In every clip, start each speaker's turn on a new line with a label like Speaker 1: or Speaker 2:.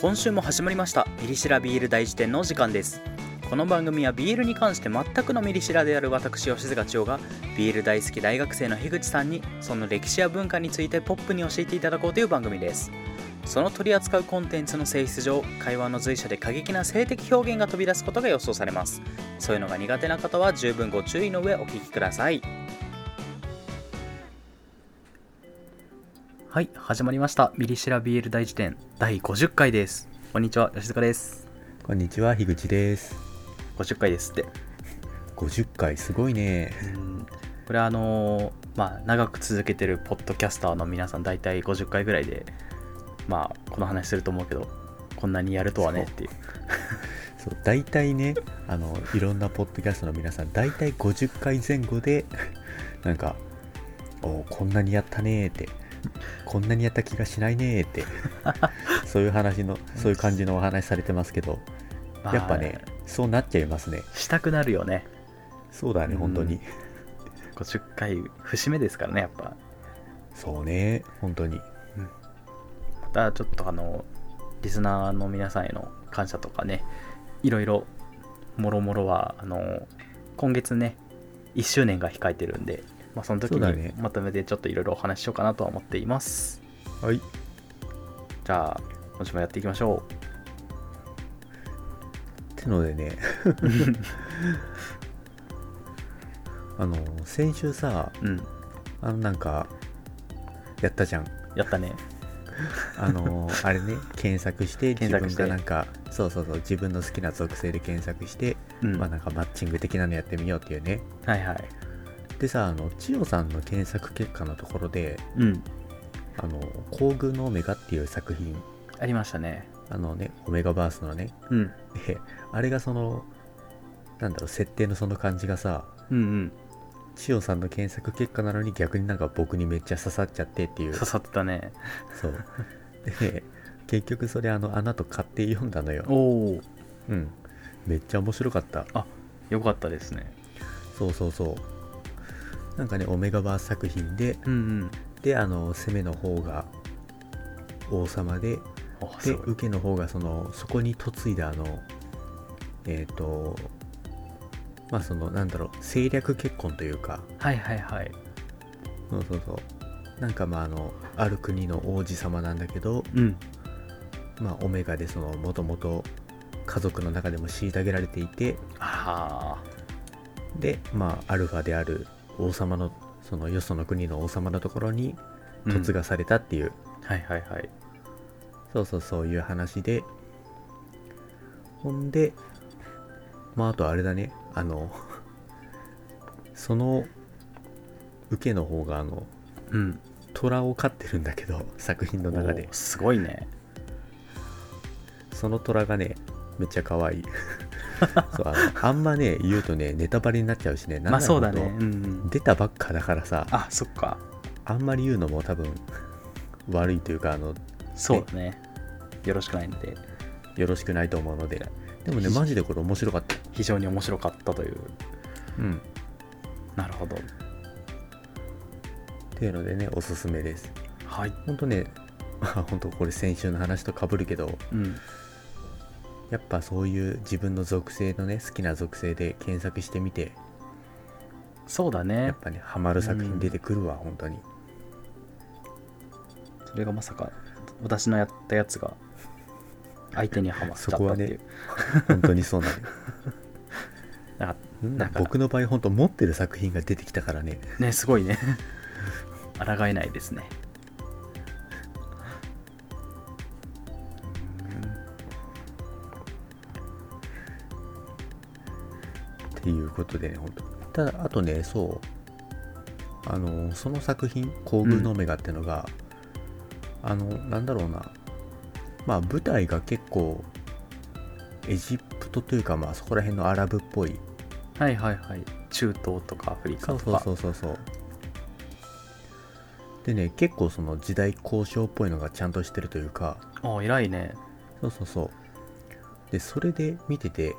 Speaker 1: 今週も始まりましたミリシラビール大辞典のお時間ですこの番組はビールに関して全くのミリシラである私吉塚千代がビール大好き大学生の樋口さんにその歴史や文化についてポップに教えていただこうという番組ですその取り扱うコンテンツの性質上会話の随所で過激な性的表現が飛び出すことが予想されますそういうのが苦手な方は十分ご注意の上お聞きくださいはい始まりましたミリシラビール大辞典第50回ですこんにちは吉塚です
Speaker 2: こんにちは、樋口です。
Speaker 1: 50回ですって
Speaker 2: 50回すごいね。
Speaker 1: うんこれはあのーまあ長く続けてるポッドキャスターの皆さん大体50回ぐらいでまあこの話すると思うけどこんなにやるとはねっていう
Speaker 2: そう、大体ね、あの、いろんなポッドキャストの皆さん、大体50回前後で、 なんか、おーこんなにやったねーって、こんなにやった気がしないねー って、そういう話の、そういう感じのお話されてますけど、
Speaker 1: まあ
Speaker 2: やっぱね、そうなっちゃいますね。
Speaker 1: したくなるよね
Speaker 2: そうだね、本当に。
Speaker 1: 50回節目ですからねやっぱ
Speaker 2: そうね、本当に。
Speaker 1: またちょっとあのリスナーの皆さんへの感謝とかねいろいろもろもろはあの今月ね1周年が控えてるんで、まあ、その時
Speaker 2: そうだね
Speaker 1: にまとめてちょっといろいろお話ししようかなとは思っています、
Speaker 2: はい。
Speaker 1: じゃあ今週もやっていきましょう
Speaker 2: ってので ね、あの、先週さ、
Speaker 1: うん
Speaker 2: あのなんかやったじゃん
Speaker 1: やったね
Speaker 2: あ のーあれね検索して
Speaker 1: 検
Speaker 2: 自
Speaker 1: 索
Speaker 2: 分
Speaker 1: して
Speaker 2: がなんかそうそうそう自分の好きな属性で検索して、
Speaker 1: うん、
Speaker 2: まあなんかマッチング的なのやってみようっていうね
Speaker 1: はいはい
Speaker 2: でさあの千代さんの検索結果のところで
Speaker 1: うん
Speaker 2: 「あの皇宮のオメガ」っていう作品
Speaker 1: ありましたね
Speaker 2: あのねオメガバースのね
Speaker 1: うん
Speaker 2: であれがそのなんだろう設定のその感じがさ
Speaker 1: うんうん
Speaker 2: 千代さんの検索結果なのに逆になんか僕にめっちゃ刺さっちゃってっていう
Speaker 1: 刺さってたね
Speaker 2: そう。で、結局それあの穴と買って読んだのよ。
Speaker 1: おお
Speaker 2: うん。めっちゃ面白かった。
Speaker 1: よかったですね
Speaker 2: そうそうそう。なんかね、オメガバース作品で、
Speaker 1: うん
Speaker 2: で、あの、攻めの方が王様で、
Speaker 1: うんあ
Speaker 2: で、
Speaker 1: すごい
Speaker 2: 受けの方がその、そこに嫁いだあの、えっ、と、まあその、なんだろう、政略結婚というか、
Speaker 1: はいはいはい
Speaker 2: そうそうそう。なんかまああの、ある国の王子様なんだけど、
Speaker 1: うん
Speaker 2: まあ、オメガでそのもともと家族の中でも虐げられていて
Speaker 1: ああ
Speaker 2: で、まあ、アルファである王様のそのよその国の王様のところに嫁がされたっていう、
Speaker 1: はいはいはい
Speaker 2: そうそうそういう話でほんでまああとあれだねあのその受けの方があの
Speaker 1: うん
Speaker 2: 虎を飼ってるんだけど作品の中で
Speaker 1: おーすごいね
Speaker 2: その虎がね、めっちゃ可 愛い。そうあのあんまね、言うとね、ネタバレになっちゃうしね、
Speaker 1: まあそうだね
Speaker 2: なんなら
Speaker 1: うんう
Speaker 2: 本当
Speaker 1: ん
Speaker 2: 出たばっかだからさ、あ
Speaker 1: あそっか
Speaker 2: んまり言うのも多分悪いというか、あの、
Speaker 1: そうだねよろしくないので
Speaker 2: よろしくないと思うので。でもね、マジでこれ面白かった。
Speaker 1: 非常に面白かったという
Speaker 2: うん。
Speaker 1: なるほど
Speaker 2: っていうのでね、おすすめです。
Speaker 1: はい
Speaker 2: ほんとね、 まあほんとこれ先週の話とかぶるけど、
Speaker 1: うん
Speaker 2: やっぱそういう自分の属性のね、好きな属性で検索してみて、
Speaker 1: そうだ
Speaker 2: や
Speaker 1: ね
Speaker 2: っぱね、ハマる作品出てくるわ、本当に。
Speaker 1: それがまさか私のやったやつが相手にはまっちゃったっていう、
Speaker 2: 本当にそうなのよ。
Speaker 1: なん
Speaker 2: なん
Speaker 1: か
Speaker 2: か僕の場合本当持ってる作品が出てきたからね
Speaker 1: ねすごいね 抗えないですね
Speaker 2: っていうことでね本当ただあとねそうあのその作品「皇宮のオメガ」ってのが、あのなんだろうなまあ舞台が結構エジプトというかまあそこら辺のアラブっぽい
Speaker 1: はいはいはい中東とかアフリカ
Speaker 2: そう
Speaker 1: と
Speaker 2: そう
Speaker 1: か
Speaker 2: そうそうそうでね結構その時代交渉っぽいのがちゃんとしてるというか
Speaker 1: ああ偉いね
Speaker 2: そうそうそうでそれで見てて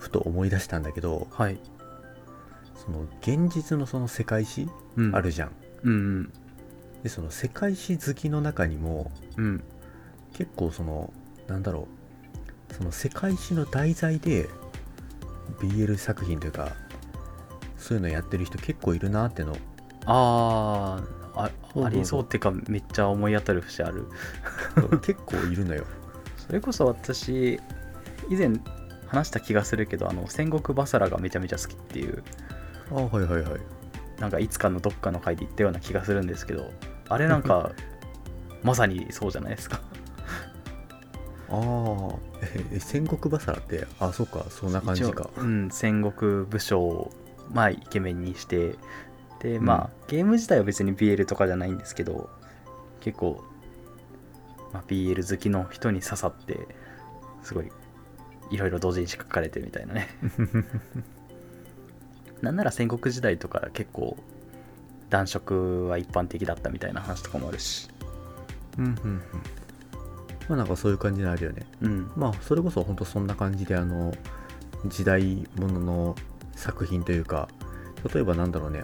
Speaker 2: ふと思い出したんだけど、
Speaker 1: はい、
Speaker 2: その現実のその世界史
Speaker 1: うん、
Speaker 2: あるじゃん、
Speaker 1: うん
Speaker 2: でその世界史好きの中にも
Speaker 1: うんうん
Speaker 2: 結構そのなんだろうその世界史の題材で BL 作品というかそういうのやってる人結構いるなっての
Speaker 1: あーあ
Speaker 2: そう
Speaker 1: ありそうっていうかめっちゃ思い当たる節ある
Speaker 2: 結構いるのよ
Speaker 1: それこそ私以前話した気がするけどあの戦国バサラがめちゃめちゃ好きっていう
Speaker 2: あはいはいはい
Speaker 1: なんかいつかのどっかの回で言ったような気がするんですけどあれなん かまさにそうじゃないですか
Speaker 2: ああえ戦国バサラってあそうかそんな感じか
Speaker 1: 一応うん、戦国武将を、まあ、イケメンにしてでまあ、ゲーム自体は別に BL とかじゃないんですけど結構、まあ、BL 好きの人に刺さってすごいいろいろ同時に書かれてみたいな ねなんなら戦国時代とか結構男色は一般的だったみたいな話とかもあるし
Speaker 2: うんうんうんまあなんかそういう感じのあるよね
Speaker 1: うん
Speaker 2: まあそれこそ本当そんな感じであの時代ものの作品というか例えばなんだろうね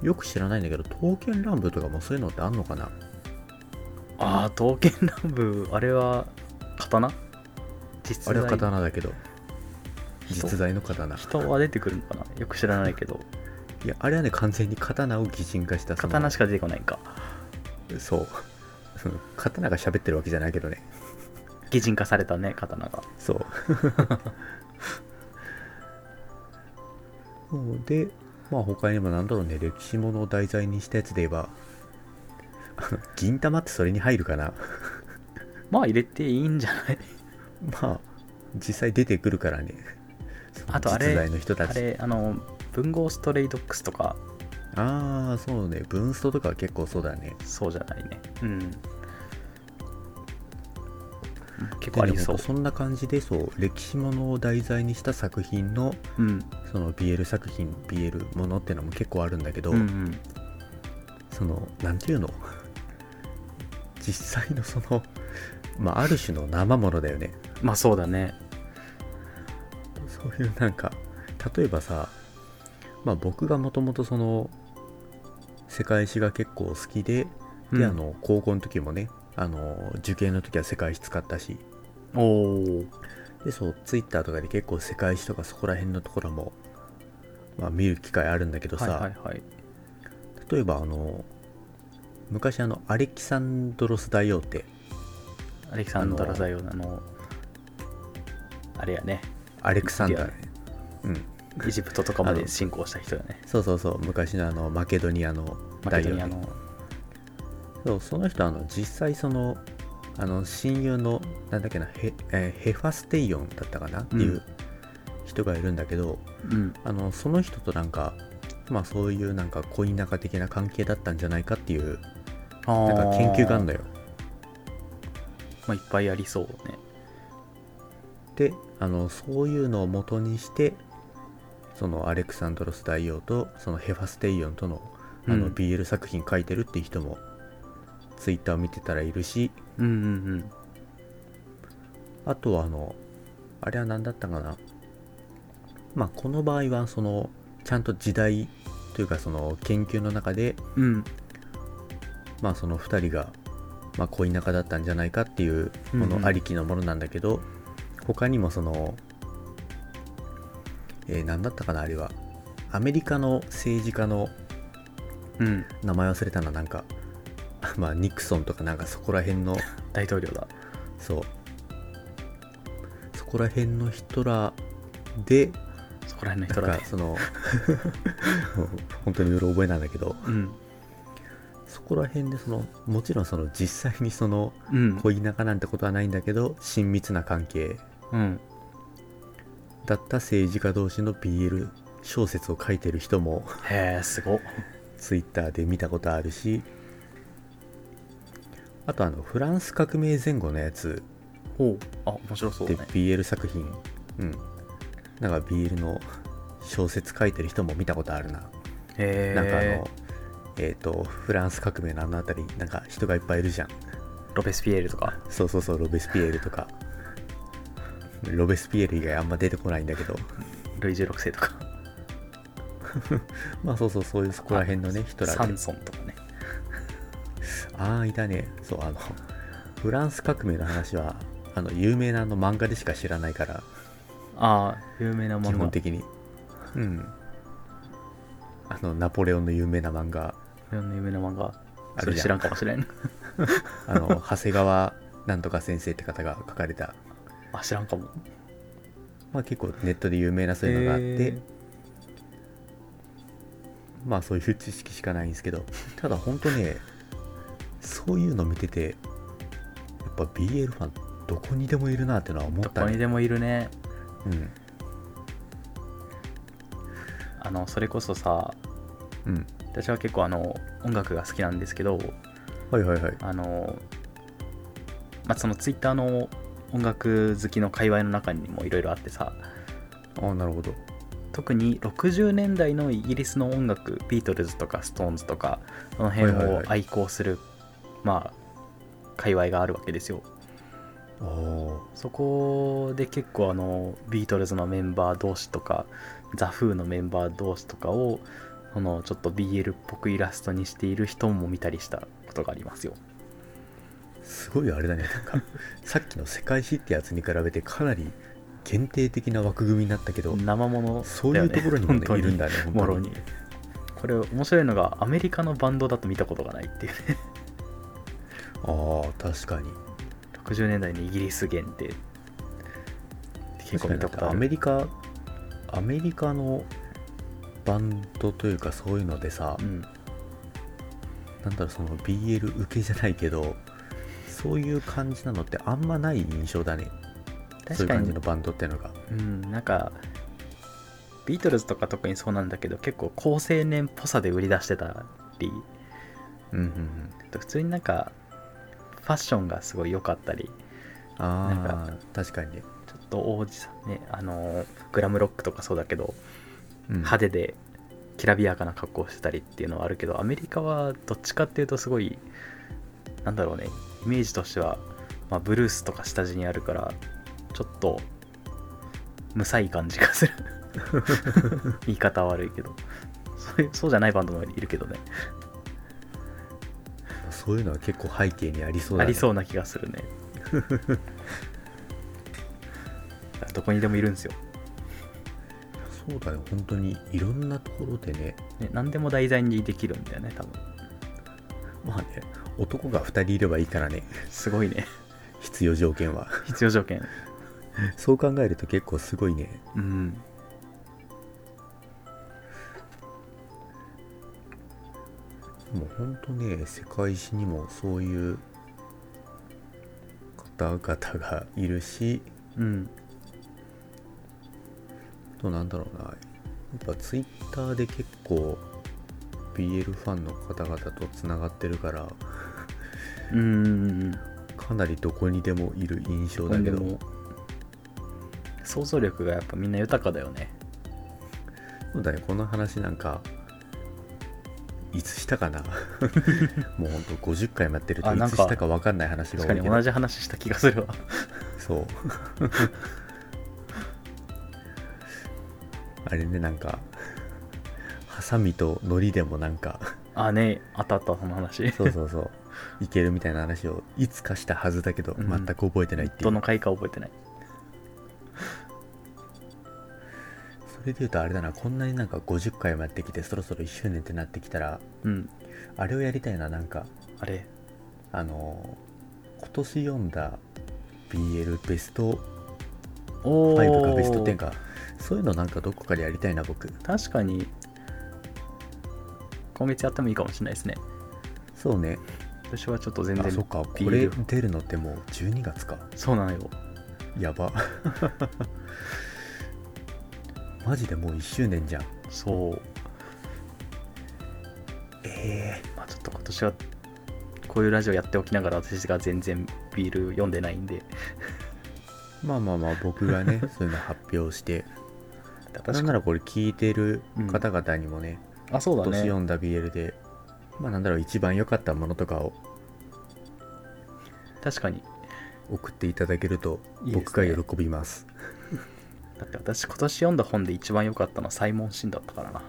Speaker 2: よく知らないんだけど刀剣乱舞とかもそういうのってあんのかな
Speaker 1: ああ刀剣乱舞あれは刀実
Speaker 2: あれは
Speaker 1: 在
Speaker 2: 刀だけど
Speaker 1: 人
Speaker 2: 実在の刀
Speaker 1: 人は出てくるのかなよく知らないけど
Speaker 2: いやあれはね完全に刀を擬人化したその
Speaker 1: 刀しか出てこないんか
Speaker 2: そうその刀が喋ってるわけじゃないけどね
Speaker 1: 擬人化されたね刀が
Speaker 2: そう そうでまあ他にもなんだろうね歴史ものを題材にしたやつで言えば あの銀玉ってそれに入るかな
Speaker 1: まあ入れていいんじゃない
Speaker 2: まあ実際出てくるからね
Speaker 1: あとあれ
Speaker 2: 実在の人た
Speaker 1: あ
Speaker 2: ち
Speaker 1: れあの文豪ストレイドックスとか
Speaker 2: ああそうね文ストとかは結構そうだね
Speaker 1: そうじゃないねうん結構ありそう
Speaker 2: ででもそんな感じでそう歴史ものを題材にした作品の
Speaker 1: うん
Speaker 2: その BL 作品 BL ものってのも結構あるんだけど、
Speaker 1: うんうん
Speaker 2: そのなんていうの実際のそのまあある種の生ものだよね
Speaker 1: まあそうだね
Speaker 2: そういうなんか例えばさまあ僕がもともとその世界史が結構好きで
Speaker 1: う
Speaker 2: で、
Speaker 1: ん
Speaker 2: あの高校の時もねあの受験の時は世界史使ったし
Speaker 1: おお
Speaker 2: でそうツイッターとかで結構世界史とかそこら辺のところも、まあ、見る機会あるんだけど
Speaker 1: は
Speaker 2: さ、
Speaker 1: いはいはい
Speaker 2: 例えばあの昔あのアレキサンドロス大王って
Speaker 1: アレキサンドラザイオンあのあれや ね
Speaker 2: アレクサンダー
Speaker 1: いや
Speaker 2: ねうん
Speaker 1: エジプトとかま
Speaker 2: あ
Speaker 1: で
Speaker 2: の
Speaker 1: 侵攻した人やね
Speaker 2: そうそうそう昔のあのマケドニアの
Speaker 1: マケ
Speaker 2: 大
Speaker 1: ド
Speaker 2: 王
Speaker 1: ニア
Speaker 2: ね
Speaker 1: の
Speaker 2: そうその人あの実際そのあの親友のなんだっけなヘ,、えーヘファステイオンだったかなっていうう人がいるんだけど、
Speaker 1: うん
Speaker 2: あのその人となんかまあそういうなんか恋仲的な関係だったんじゃないかっていうなんか研究が
Speaker 1: だ
Speaker 2: あるのよ
Speaker 1: まあ、いっぱいありそうね
Speaker 2: であのそういうのを元にしてそのアレクサンドロス大王とそのヘファステイオンとのあ
Speaker 1: う
Speaker 2: の
Speaker 1: ん
Speaker 2: BL 作品書いてるっていう人もツイッターを見てたらいるし
Speaker 1: うんうん
Speaker 2: あとはあのあれは何だったかなまあこの場合はそのちゃんと時代というかその研究の中で
Speaker 1: うんうん
Speaker 2: まあその2人がまあ恋仲だったんじゃないかっていうも
Speaker 1: うんうん
Speaker 2: のありきのものなんだけど、他にもそのえー、何だったかなあれはアメリカの政治家の
Speaker 1: うん
Speaker 2: 名前忘れたななんか まあニクソンとかなんかそこら辺の
Speaker 1: 大統領だ
Speaker 2: そうそこら辺の人らで
Speaker 1: そこら辺の
Speaker 2: な
Speaker 1: 人
Speaker 2: ん
Speaker 1: ら
Speaker 2: か
Speaker 1: で
Speaker 2: そのもう本当にうろ覚えなんだけど
Speaker 1: うん
Speaker 2: そこら辺でそのもちろんその実際にその
Speaker 1: うん
Speaker 2: 恋仲なんてことはないんだけど親密な関係
Speaker 1: うん
Speaker 2: だった政治家同士の BL 小説を書いてる人も
Speaker 1: へえすごっ
Speaker 2: ツイッターで見たことあるしあとあのフランス革命前後のやつ
Speaker 1: ほうあ面白そう
Speaker 2: で
Speaker 1: ね
Speaker 2: BL 作品うんなんか BL の小説書いてる人も見たことあるな
Speaker 1: へえ
Speaker 2: なんかあのえっ、とフランス革命のあの辺りなんか人がいっぱいいるじゃん
Speaker 1: ロペスピエールとか
Speaker 2: そうそうそうロベスピエールとかロベスピエール以外あんま出てこないんだけど
Speaker 1: ルイ16世とか
Speaker 2: まあそうそうそういうそこら辺のね人ら
Speaker 1: サ
Speaker 2: で
Speaker 1: ンソンとかね
Speaker 2: ああいたねそうあのフランス革命の話はあの有名なあの漫画でしか知らないから
Speaker 1: ああ有名な
Speaker 2: 基
Speaker 1: 漫
Speaker 2: 本
Speaker 1: 画
Speaker 2: 的にうんあのナポレオンの有名な漫画
Speaker 1: 有名な漫画
Speaker 2: あ
Speaker 1: そ
Speaker 2: る
Speaker 1: れ
Speaker 2: じゃん
Speaker 1: 知らんかもしれん
Speaker 2: あの長谷川なんとか先生って方が書かれた、
Speaker 1: あ知らんかも
Speaker 2: まあ、結構ネットで有名なそういうのがあって、
Speaker 1: へー
Speaker 2: まあそういう知識しかないんですけどただ本当ねそういうの見ててやっぱ BL ファンどこにでもいるなってのは思っ
Speaker 1: ど
Speaker 2: た
Speaker 1: こに
Speaker 2: ね、
Speaker 1: でもいるね
Speaker 2: うん
Speaker 1: あのそれこそさ
Speaker 2: うん、
Speaker 1: 私は結構あの音楽が好きなんですけど
Speaker 2: はいはいはい
Speaker 1: あのまあそのツイッターの音楽好きの界隈の中にもいろいろあってさ
Speaker 2: ああなるほど
Speaker 1: 特に60年代のイギリスの音楽ビートルズとかストーンズとかその辺
Speaker 2: はいはい
Speaker 1: を
Speaker 2: はい
Speaker 1: 愛好する、まあ界隈があるわけですよ
Speaker 2: おお
Speaker 1: そこで結構あのビートルズのメンバー同士とかザ・フーのメンバー同士とかをそのちょっと BL っぽくイラストにしている人も見たりしたことがありますよ
Speaker 2: すごいあれだねなんか さっきの世界史ってやつに比べてかなり限定的な枠組みになったけど
Speaker 1: 生もの
Speaker 2: そういうとこ ろにも、ね、いるんだね本当
Speaker 1: もろにこれ面白いのがアメリカのバンドだと見たことがないっていうね
Speaker 2: ああ確かに
Speaker 1: 60年代にイギリス限定結構見たことあ
Speaker 2: ア
Speaker 1: る
Speaker 2: メリカアメリカのバンドというかそういうのでさ、
Speaker 1: うん、
Speaker 2: なんだろうその BL 受けじゃないけどそういう感じなのってあんまない印象だねそ
Speaker 1: 確
Speaker 2: ういう
Speaker 1: か
Speaker 2: 感じ
Speaker 1: に
Speaker 2: のバンドってのが
Speaker 1: うん、なんかビートルズとか特にそうなんだけど結構高青年っぽさで売り出してたり
Speaker 2: うんうんうん
Speaker 1: あと普通になんかファッションがすごい良かったりな
Speaker 2: ああ確かにね、
Speaker 1: ちょっと王子さんねあのーグラムロックとかそうだけど
Speaker 2: うん、
Speaker 1: 派手できらびやかな格好をしてたりっていうのはあるけどアメリカはどっちかっていうとすごいなんだろうねイメージとしては、まあ、ブルースとか下地にあるからちょっとむさい感じがす る言い方は悪いけどそういうそうじゃないバンドもいるけどね
Speaker 2: そういうのは結構背景にありそうだ、
Speaker 1: あ
Speaker 2: ね、
Speaker 1: りそうな気がするねどこにでもいるんですよ、
Speaker 2: そうだね本当にいろんなところでね
Speaker 1: ね、何でも題材にできるんだよね多分
Speaker 2: まあね男が2人いればいいからね
Speaker 1: すごい ね
Speaker 2: 必要 条件は
Speaker 1: 必要条件
Speaker 2: そう考えると結構すごいね
Speaker 1: うん
Speaker 2: もうほんとね世界史にもそういう方々がいるし
Speaker 1: うん
Speaker 2: どうなんだろうなやっぱツイッターで結構 BL ファンの方々とつながってるから
Speaker 1: うんうんうん
Speaker 2: かなりどこにでもいる印象
Speaker 1: う
Speaker 2: だ
Speaker 1: ん
Speaker 2: け
Speaker 1: で
Speaker 2: ど
Speaker 1: も想像力がやっぱみんな豊かだよね
Speaker 2: そうだねこの話なんかいつした かなもうほんと50回もやってると
Speaker 1: あ
Speaker 2: い
Speaker 1: なん
Speaker 2: つ
Speaker 1: か
Speaker 2: したか分かんない話が
Speaker 1: 確
Speaker 2: 多
Speaker 1: か
Speaker 2: い
Speaker 1: に
Speaker 2: け
Speaker 1: 同
Speaker 2: ど
Speaker 1: じ話した気がするわ
Speaker 2: そうあれねなんかハサミとノリでもなんか
Speaker 1: あねあったあったその話
Speaker 2: そうそうそういけるみたいな話をいつかしたはずだけど
Speaker 1: うん
Speaker 2: 全く覚えてないっていう、
Speaker 1: どの回か覚えてない
Speaker 2: それで言うとあれだなこんなになんか50回もやってきてそろそろ1周年ってなってきたら
Speaker 1: うん
Speaker 2: あれをやりたいななんか
Speaker 1: あれ
Speaker 2: あのー今年読んだ BL ベスト
Speaker 1: お
Speaker 2: 5か
Speaker 1: ー
Speaker 2: ベスト10かそういうのなんかどこかでやりたいな僕
Speaker 1: 確かに今月やってもいいかもしれないですね
Speaker 2: そうね
Speaker 1: 私はちょっと全然
Speaker 2: あそっかこれ
Speaker 1: BL
Speaker 2: 出るのってもう12月か
Speaker 1: そうなのよ
Speaker 2: やば マジでもう1周年じゃん
Speaker 1: そう
Speaker 2: ええ
Speaker 1: まあちょっと今年はこういうラジオやっておきながら私が全然ビール読んでないんで
Speaker 2: まあまあまあ僕がねそういうの発表してなんならこれ聞いてる方々にもね、
Speaker 1: あそうだ
Speaker 2: 今年
Speaker 1: ね
Speaker 2: 読んだ BL で、まあなんだろう一番良かったものとかを
Speaker 1: 確かに
Speaker 2: 送っていただけると
Speaker 1: いいですね
Speaker 2: 僕が喜びます
Speaker 1: だって私今年読んだ本で一番良かったのはサイモン・シンだったからな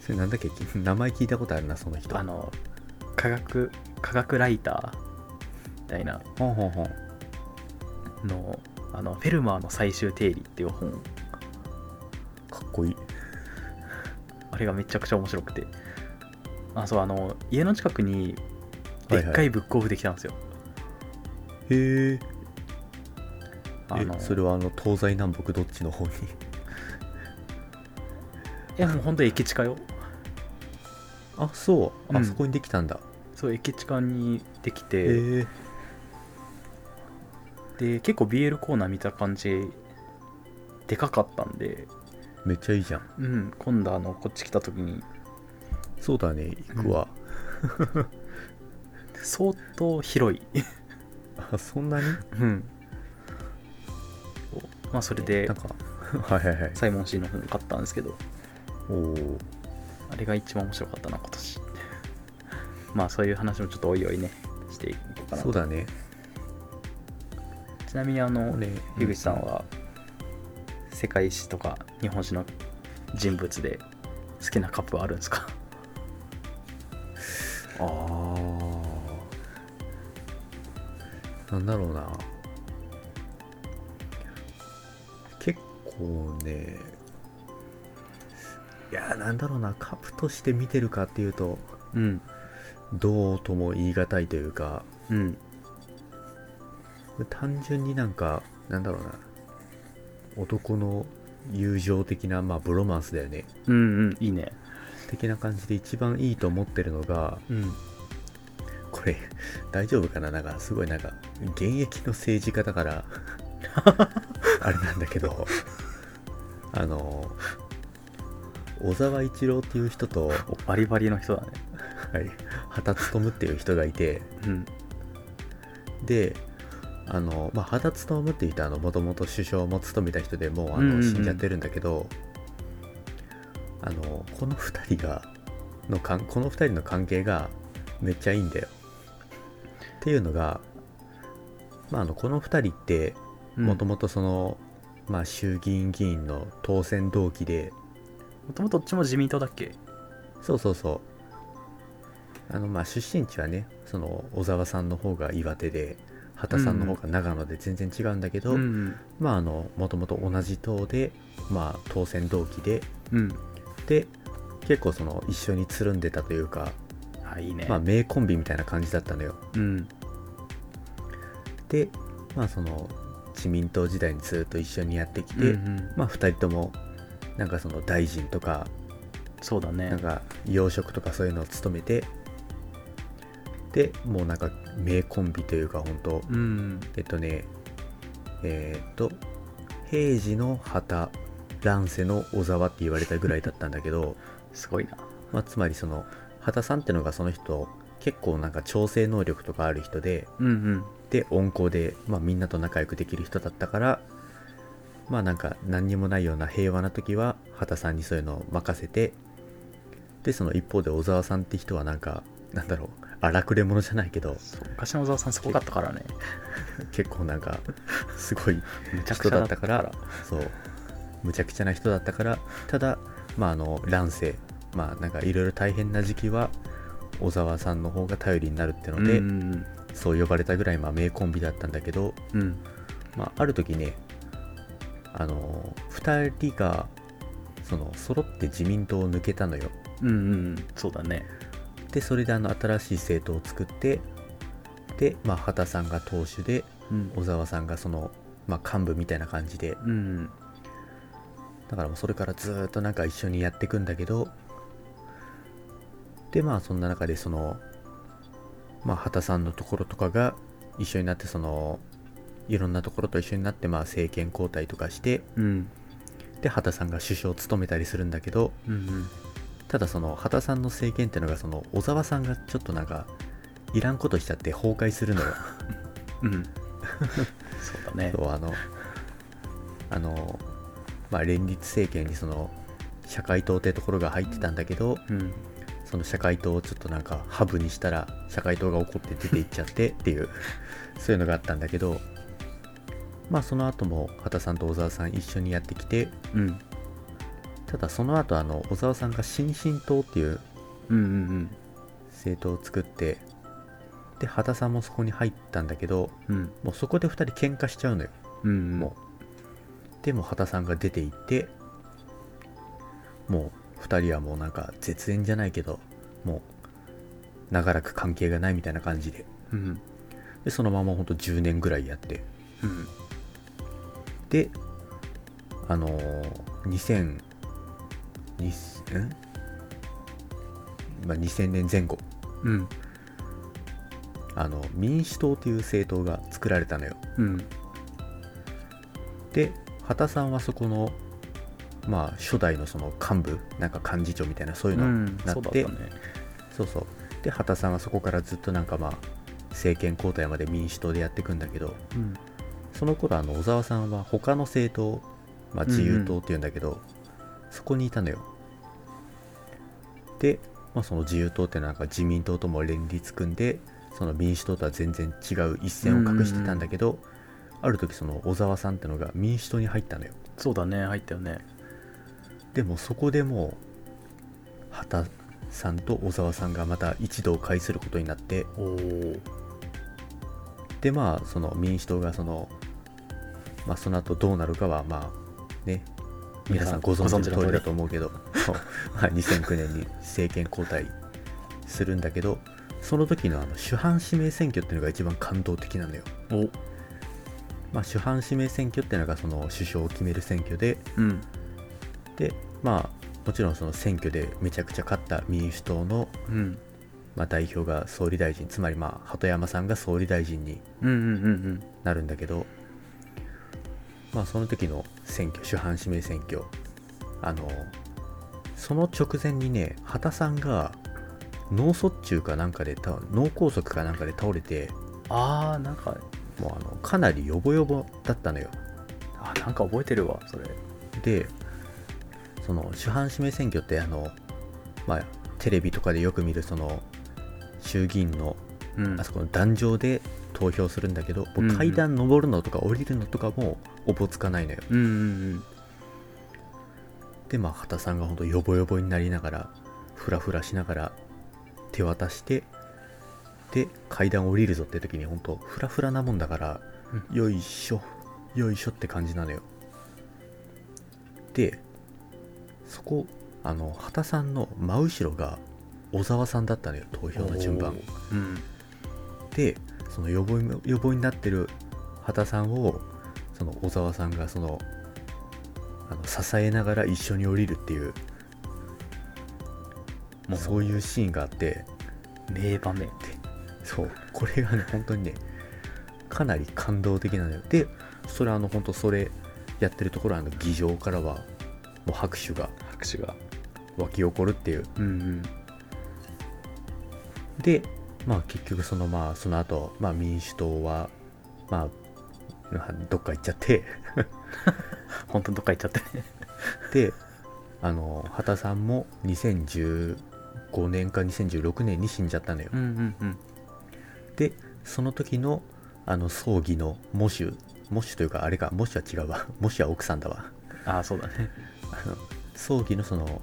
Speaker 2: それなんだっけ名前聞いたことあるなその人
Speaker 1: あの科学科学ライターたいな
Speaker 2: ほんほんほん
Speaker 1: のをあのフェルマーの最終定理っていう本
Speaker 2: かっこいい
Speaker 1: あれがめちゃくちゃ面白くてあそうあの家の近くにでっ
Speaker 2: は
Speaker 1: か
Speaker 2: い
Speaker 1: いブックオフできたんですよ、
Speaker 2: へえ
Speaker 1: あの
Speaker 2: えそれはあの東西南北どっちの方に
Speaker 1: いやもう本当駅近よ
Speaker 2: あそうあ、
Speaker 1: うん
Speaker 2: そこにできたんだ
Speaker 1: そう駅近にでき
Speaker 2: へ
Speaker 1: て
Speaker 2: え
Speaker 1: で結構 BL コーナー見た感じでかかったんで
Speaker 2: めっちゃいいじゃん
Speaker 1: うん今度あのこっち来た時に
Speaker 2: そうだね行くわ、
Speaker 1: 相当広い
Speaker 2: あそんなに
Speaker 1: うんまあそれで
Speaker 2: なんか はいはいはい
Speaker 1: サイモン C の本買ったんですけど
Speaker 2: おお
Speaker 1: あれが一番面白かったな今年 まあそういう話もちょっとおいおいねしていこうかな
Speaker 2: そうだね
Speaker 1: ちなみにあの
Speaker 2: ね
Speaker 1: 樋口さんは世界史とか日本史の人物で好きなカップはあるんですか
Speaker 2: ああなんだろうな結構ねいやなんだろうなカプとして見てるかっていうと
Speaker 1: うん
Speaker 2: どうとも言い難いというか
Speaker 1: うん
Speaker 2: 単純になんかなんだろうな男の友情的なまあブロマンスだよね
Speaker 1: うんうんいいね
Speaker 2: 的な感じで一番いいと思ってるのが
Speaker 1: うん
Speaker 2: これ大丈夫かななんかすごいなんか現役の政治家だからあれなんだけどあの小沢一郎っていう人と、はい、
Speaker 1: おバリバリの人だね
Speaker 2: 畑勉っていう人がいて
Speaker 1: うん
Speaker 2: であの、まあ、畑勉っていう人はもともと首相も務めた人でもうあ
Speaker 1: うんうんう
Speaker 2: の
Speaker 1: ん
Speaker 2: 死んじゃってるんだけど、あのこの2人がのかんこの2人の関係がめっちゃいいんだよ。っていうのが、まあ、あのこの2人って
Speaker 1: うん
Speaker 2: もともとその、まあ、衆議院議員の当選同期で
Speaker 1: もともとどっちも自民党だっけ
Speaker 2: そうそうそうあのまあ出身地はねその小沢さんの方が岩手で畑さんの方が長野で全然違うんだけど、
Speaker 1: うん
Speaker 2: まああのもともと同じ党で、まあ、当選同期で
Speaker 1: うん
Speaker 2: で結構その一緒につるんでたというか、
Speaker 1: あいいね、
Speaker 2: まあ、名コンビみたいな感じだったのよ
Speaker 1: うん
Speaker 2: でまあその自民党時代にずっと一緒にやってきて、
Speaker 1: で、うんうん
Speaker 2: まあ2人ともなんかその大臣とか
Speaker 1: そうだね
Speaker 2: なんか洋食とかそういうのを務めてでもうなんか名コンビというか本当
Speaker 1: うん
Speaker 2: えっとねえーっと平時の旗乱世の小沢って言われたぐらいだったんだけど、
Speaker 1: すごいな
Speaker 2: まあ、つまりその畑さんってのがその人結構なんか調整能力とかある人で
Speaker 1: うんうん
Speaker 2: で温厚で、まあ、みんなと仲良くできる人だったからまあなんか何にもないような平和な時は畑さんにそういうのを任せてでその一方で小沢さんって人はなんかなんだろう荒くれ者じゃないけど
Speaker 1: そう昔の小沢さんすごかったからね
Speaker 2: 結構なんかすごい
Speaker 1: めちゃく
Speaker 2: 人
Speaker 1: ちゃ
Speaker 2: だったからそうむちゃくちゃな人だったからただまああの乱世まあなんかいろいろ大変な時期は小沢さんの方が頼りになるってので、
Speaker 1: うん
Speaker 2: そう呼ばれたぐらいまあ名コンビだったんだけど
Speaker 1: うんうん
Speaker 2: まあ、ある時ねあの2人がその揃って自民党を抜けたのよ
Speaker 1: うんうんそうだね
Speaker 2: でそれであの新しい政党を作ってで、まあ、畑さんが党首で
Speaker 1: うん
Speaker 2: 小沢さんがその、まあ、幹部みたいな感じで
Speaker 1: うん
Speaker 2: だからもうそれからずーっとなんか一緒にやっていくんだけどでまあそんな中でそのまあ畑さんのところとかが一緒になってそのいろんなところと一緒になってまあ政権交代とかして
Speaker 1: うん
Speaker 2: で畑さんが首相を務めたりするんだけど
Speaker 1: うん
Speaker 2: ただその畑さんの政権ってのがその小沢さんがちょっとなんかいらんことしちゃって崩壊するのよ
Speaker 1: うんうんそうだね
Speaker 2: そうあのあのまあ連立政権にその社会党ってところが入ってたんだけど
Speaker 1: うん
Speaker 2: その社会党をちょっとなんかハブにしたら社会党が怒って出て行っちゃってっていう そういうのがあったんだけどまあその後も畑さんと小沢さん一緒にやってきて
Speaker 1: うん
Speaker 2: ただその後あの小沢さんが新進党っていう
Speaker 1: うんうん
Speaker 2: 政党を作ってで畑さんもそこに入ったんだけど
Speaker 1: うん
Speaker 2: もうそこで2人喧嘩しちゃうのよ
Speaker 1: うん
Speaker 2: もうでも畑さんが出て行ってもう2人はもうなんか絶縁じゃないけどもう長らく関係がないみたいな感じで
Speaker 1: ううん
Speaker 2: でそのままほんと10年ぐらいやって
Speaker 1: うん
Speaker 2: であのー、2000 2000ん、まあ、2000年前後
Speaker 1: うん
Speaker 2: あの民主党という政党が作られたのよ
Speaker 1: うん
Speaker 2: で畑さんはそこのまあ初代のその幹部なんか幹事長みたいなそういうのになっ
Speaker 1: そうだ
Speaker 2: て、
Speaker 1: ったね
Speaker 2: そうそうで畑さんはそこからずっとなんかまあ政権交代まで民主党でやっていくんだけど
Speaker 1: うん
Speaker 2: その頃あの小沢さんは他の政党、まあ、自由党っていうんだけど、そこにいたのよで、まあ、その自由党ってなんか自民党とも連立組んでその民主党とは全然違う一線を画してたんだけど、ある時その小沢さんってのが民主党に入ったのよ
Speaker 1: そうだね入ったよね
Speaker 2: でもそこでもう畑さんと小沢さんがまた一同会することになって
Speaker 1: おお
Speaker 2: でまあその民主党がそのまあその後どうなるかはまあね皆さんご存知の通りだと思うけど そう、まあ、2009年に政権交代するんだけどその時のあの主犯指名選挙っていうのが一番感動的なのよ、
Speaker 1: お
Speaker 2: まあ、主犯指名選挙っていうのがその首相を決める選挙で
Speaker 1: うん
Speaker 2: でまあもちろんその選挙でめちゃくちゃ勝った民主党の、
Speaker 1: うん
Speaker 2: まあ、代表が総理大臣つまりまあ鳩山さんが総理大臣に
Speaker 1: うんうんうん
Speaker 2: なるんだけど、まあ、その時の選挙主犯指名選挙あのその直前にね畑さんが脳卒中かなんかでた脳梗塞かなんかで倒れて
Speaker 1: ああなんか
Speaker 2: もうあのかなりヨボヨボだったのよ
Speaker 1: あなんか覚えてるわそれ
Speaker 2: でその主犯指名選挙ってあの、まあ、テレビとかでよく見るその衆議院の
Speaker 1: うん
Speaker 2: あそこの壇上で投票するんだけど、もう
Speaker 1: うんうん
Speaker 2: 階段登るのとか降りるのとかもおぼつかないのよ
Speaker 1: うんうん
Speaker 2: でまあ畑さんがほんとヨボヨボになりながらフラフラしながら手渡してで階段降りるぞって時にほんとフラフラなもんだから、よいしょよいしょって感じなのよでそこあの畑さんの真後ろが小沢さんだったのよ投
Speaker 1: う
Speaker 2: 票
Speaker 1: ん
Speaker 2: の順番
Speaker 1: うん
Speaker 2: でその予防予防になってる畑さんをその小沢さんがそのあの支えながら一緒に降りるっていう
Speaker 1: もう
Speaker 2: そういうシーンがあって
Speaker 1: 名場面
Speaker 2: そうこれがね本当にねかなり感動的なのよでそれあの本当それやってるところあの議場からはもう拍手が
Speaker 1: 拍手が
Speaker 2: 沸き起こるっていう
Speaker 1: うんうん
Speaker 2: で、まあ、結局そのまあその後、まあ民主党はまあどっか行っちゃって
Speaker 1: 本当どっか行っちゃってね
Speaker 2: であの畑さんも2015年か2016年に死んじゃったのよ、
Speaker 1: んうんうん
Speaker 2: でその時のあの葬儀の喪主喪主というかあれか喪主は違うわ 喪主は奥さんだわ
Speaker 1: ああそうだね
Speaker 2: あの葬儀のその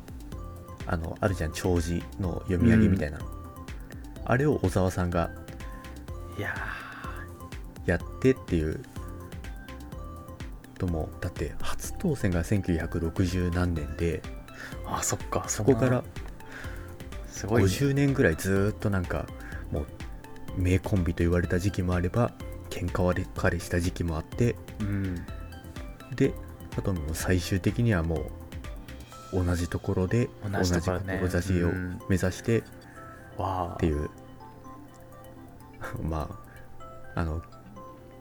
Speaker 2: あのあるじゃん弔辞の読み上げみたいな、あれを小沢さんが
Speaker 1: いや
Speaker 2: やってっていうともだって初当選が1960何年で
Speaker 1: ーあーそっかそ
Speaker 2: そこから
Speaker 1: すごい、ね、
Speaker 2: 50年ぐらいずーっとなんかもう名コンビと言われた時期もあれば喧嘩割れ彼した時期もあって
Speaker 1: うん
Speaker 2: であともう最終的にはもう同じところで
Speaker 1: 同じところね
Speaker 2: 同じ志を
Speaker 1: うん
Speaker 2: 目指してっ
Speaker 1: わあ
Speaker 2: ていう、 まああの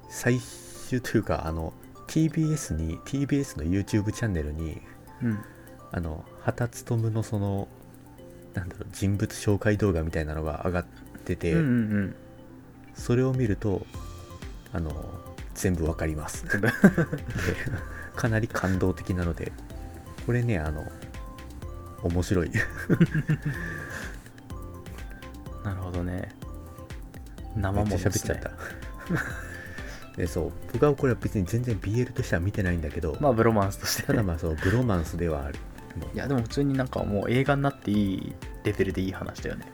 Speaker 2: 最終というかあの TBS に TBS の YouTube チャンネルに
Speaker 1: うん
Speaker 2: あの畑勉のそのなんだろう人物紹介動画みたいなのが上がってて、
Speaker 1: うんうんうん
Speaker 2: それを見るとあの全部わか ります
Speaker 1: 全部
Speaker 2: でかなり感動的なのでこれねあの面白い
Speaker 1: なるほどね生も
Speaker 2: め
Speaker 1: の
Speaker 2: っちゃ
Speaker 1: で
Speaker 2: 喋っ
Speaker 1: す
Speaker 2: ちゃ
Speaker 1: ね
Speaker 2: ったでそう僕はこれは別に全然 BL としては見てないんだけど、
Speaker 1: まあブロマンスとして
Speaker 2: ただまあそうブロマンスではある
Speaker 1: いやでも普通になんかもう映画になっていいレベルでいい話だよね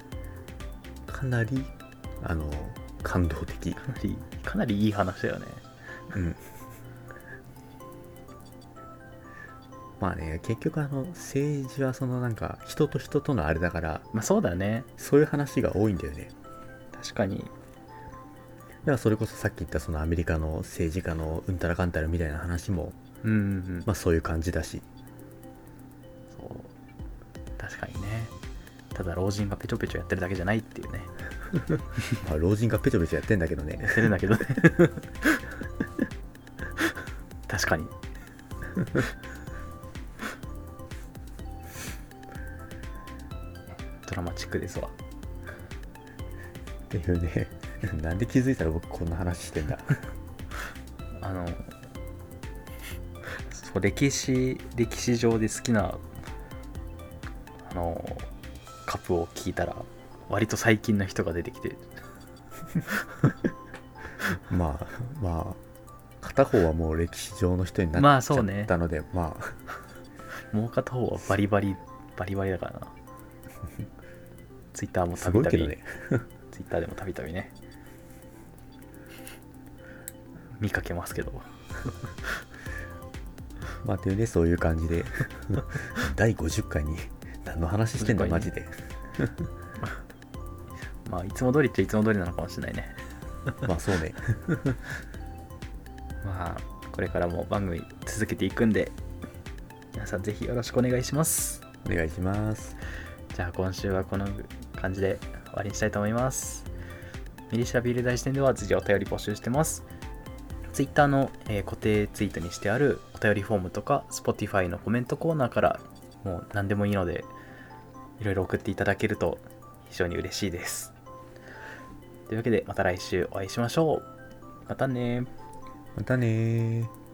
Speaker 2: かなりあの感動的
Speaker 1: かなりかなりいい話だよね
Speaker 2: うんまあね結局あの政治はそのなんか人と人とのあれだから
Speaker 1: まあそうだね
Speaker 2: そういう話が多いんだよね
Speaker 1: 確かに
Speaker 2: だからそれこそさっき言ったそのアメリカの政治家のうんたらかんたらみたいな話も
Speaker 1: うんうん、うん
Speaker 2: まあそういう感じだし
Speaker 1: そう確かにねただ老人がペチョペチョやってるだけじゃないっていうね
Speaker 2: まあ老人がペチョペチョやってんだけどね
Speaker 1: やってるんだけどね 確かに ドラマチックですわ
Speaker 2: っていうね なんで気づいたら僕こんな話してんだ
Speaker 1: あのそう歴史歴史上で好きなあのカップを聞いたら割と最近の人が出てきて
Speaker 2: まあまあ片方はもう歴史上の人になっ
Speaker 1: まあ
Speaker 2: ちゃ
Speaker 1: そうね
Speaker 2: ったので、まあ
Speaker 1: もう片方はバリバリバリバリだからな ツイッターも
Speaker 2: す
Speaker 1: たび
Speaker 2: ごい
Speaker 1: た
Speaker 2: け
Speaker 1: び
Speaker 2: どね
Speaker 1: ツイッターでもたびたびね見かけますけど
Speaker 2: まあというねそういう感じで 第50回に何の話してんだ
Speaker 1: 50回に
Speaker 2: マジで
Speaker 1: まあいつも通りっちゃいつも通りなのかもしれないね
Speaker 2: まあそうね
Speaker 1: まあこれからも番組続けていくんで皆さんぜひよろしくお願いします
Speaker 2: お願いします
Speaker 1: じゃあ今週はこの感じで終わりにしたいと思います。ミリシャビール大辞典では次お便り募集してます。Twitter の、えー固定ツイートにしてあるお便りフォームとか Spotify のコメントコーナーからもう何でもいいのでいろいろ送っていただけると非常に嬉しいです。というわけでまた来週お会いしましょう。またね
Speaker 2: またねー